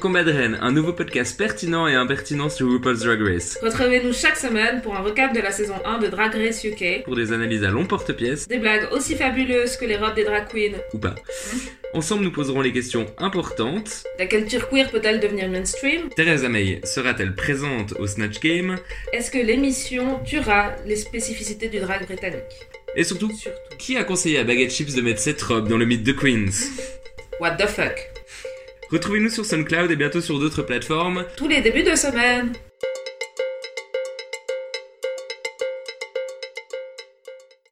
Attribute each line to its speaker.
Speaker 1: Combat de Rennes, un nouveau podcast pertinent et impertinent sur RuPaul's Drag Race.
Speaker 2: Retrouvez-nous chaque semaine pour un recap de la saison 1 de Drag Race UK,
Speaker 1: Pour des analyses à long porte-pièce,
Speaker 2: des blagues aussi fabuleuses que les robes des drag queens.
Speaker 1: ou pas. Ensemble, nous poserons les questions importantes.
Speaker 2: La culture queer peut-elle devenir mainstream
Speaker 1: Theresa May sera-t-elle présente au Snatch Game
Speaker 2: Est-ce que l'émission tuera les spécificités du drag britannique
Speaker 1: Et surtout,
Speaker 2: Surtout.
Speaker 1: qui a conseillé à Baguette Chips de mettre cette robe dans le mythe de Queens
Speaker 2: What the fuck
Speaker 1: Retrouvez-nous sur SoundCloud et bientôt sur d'autres plateformes.
Speaker 2: Tous les débuts de semaine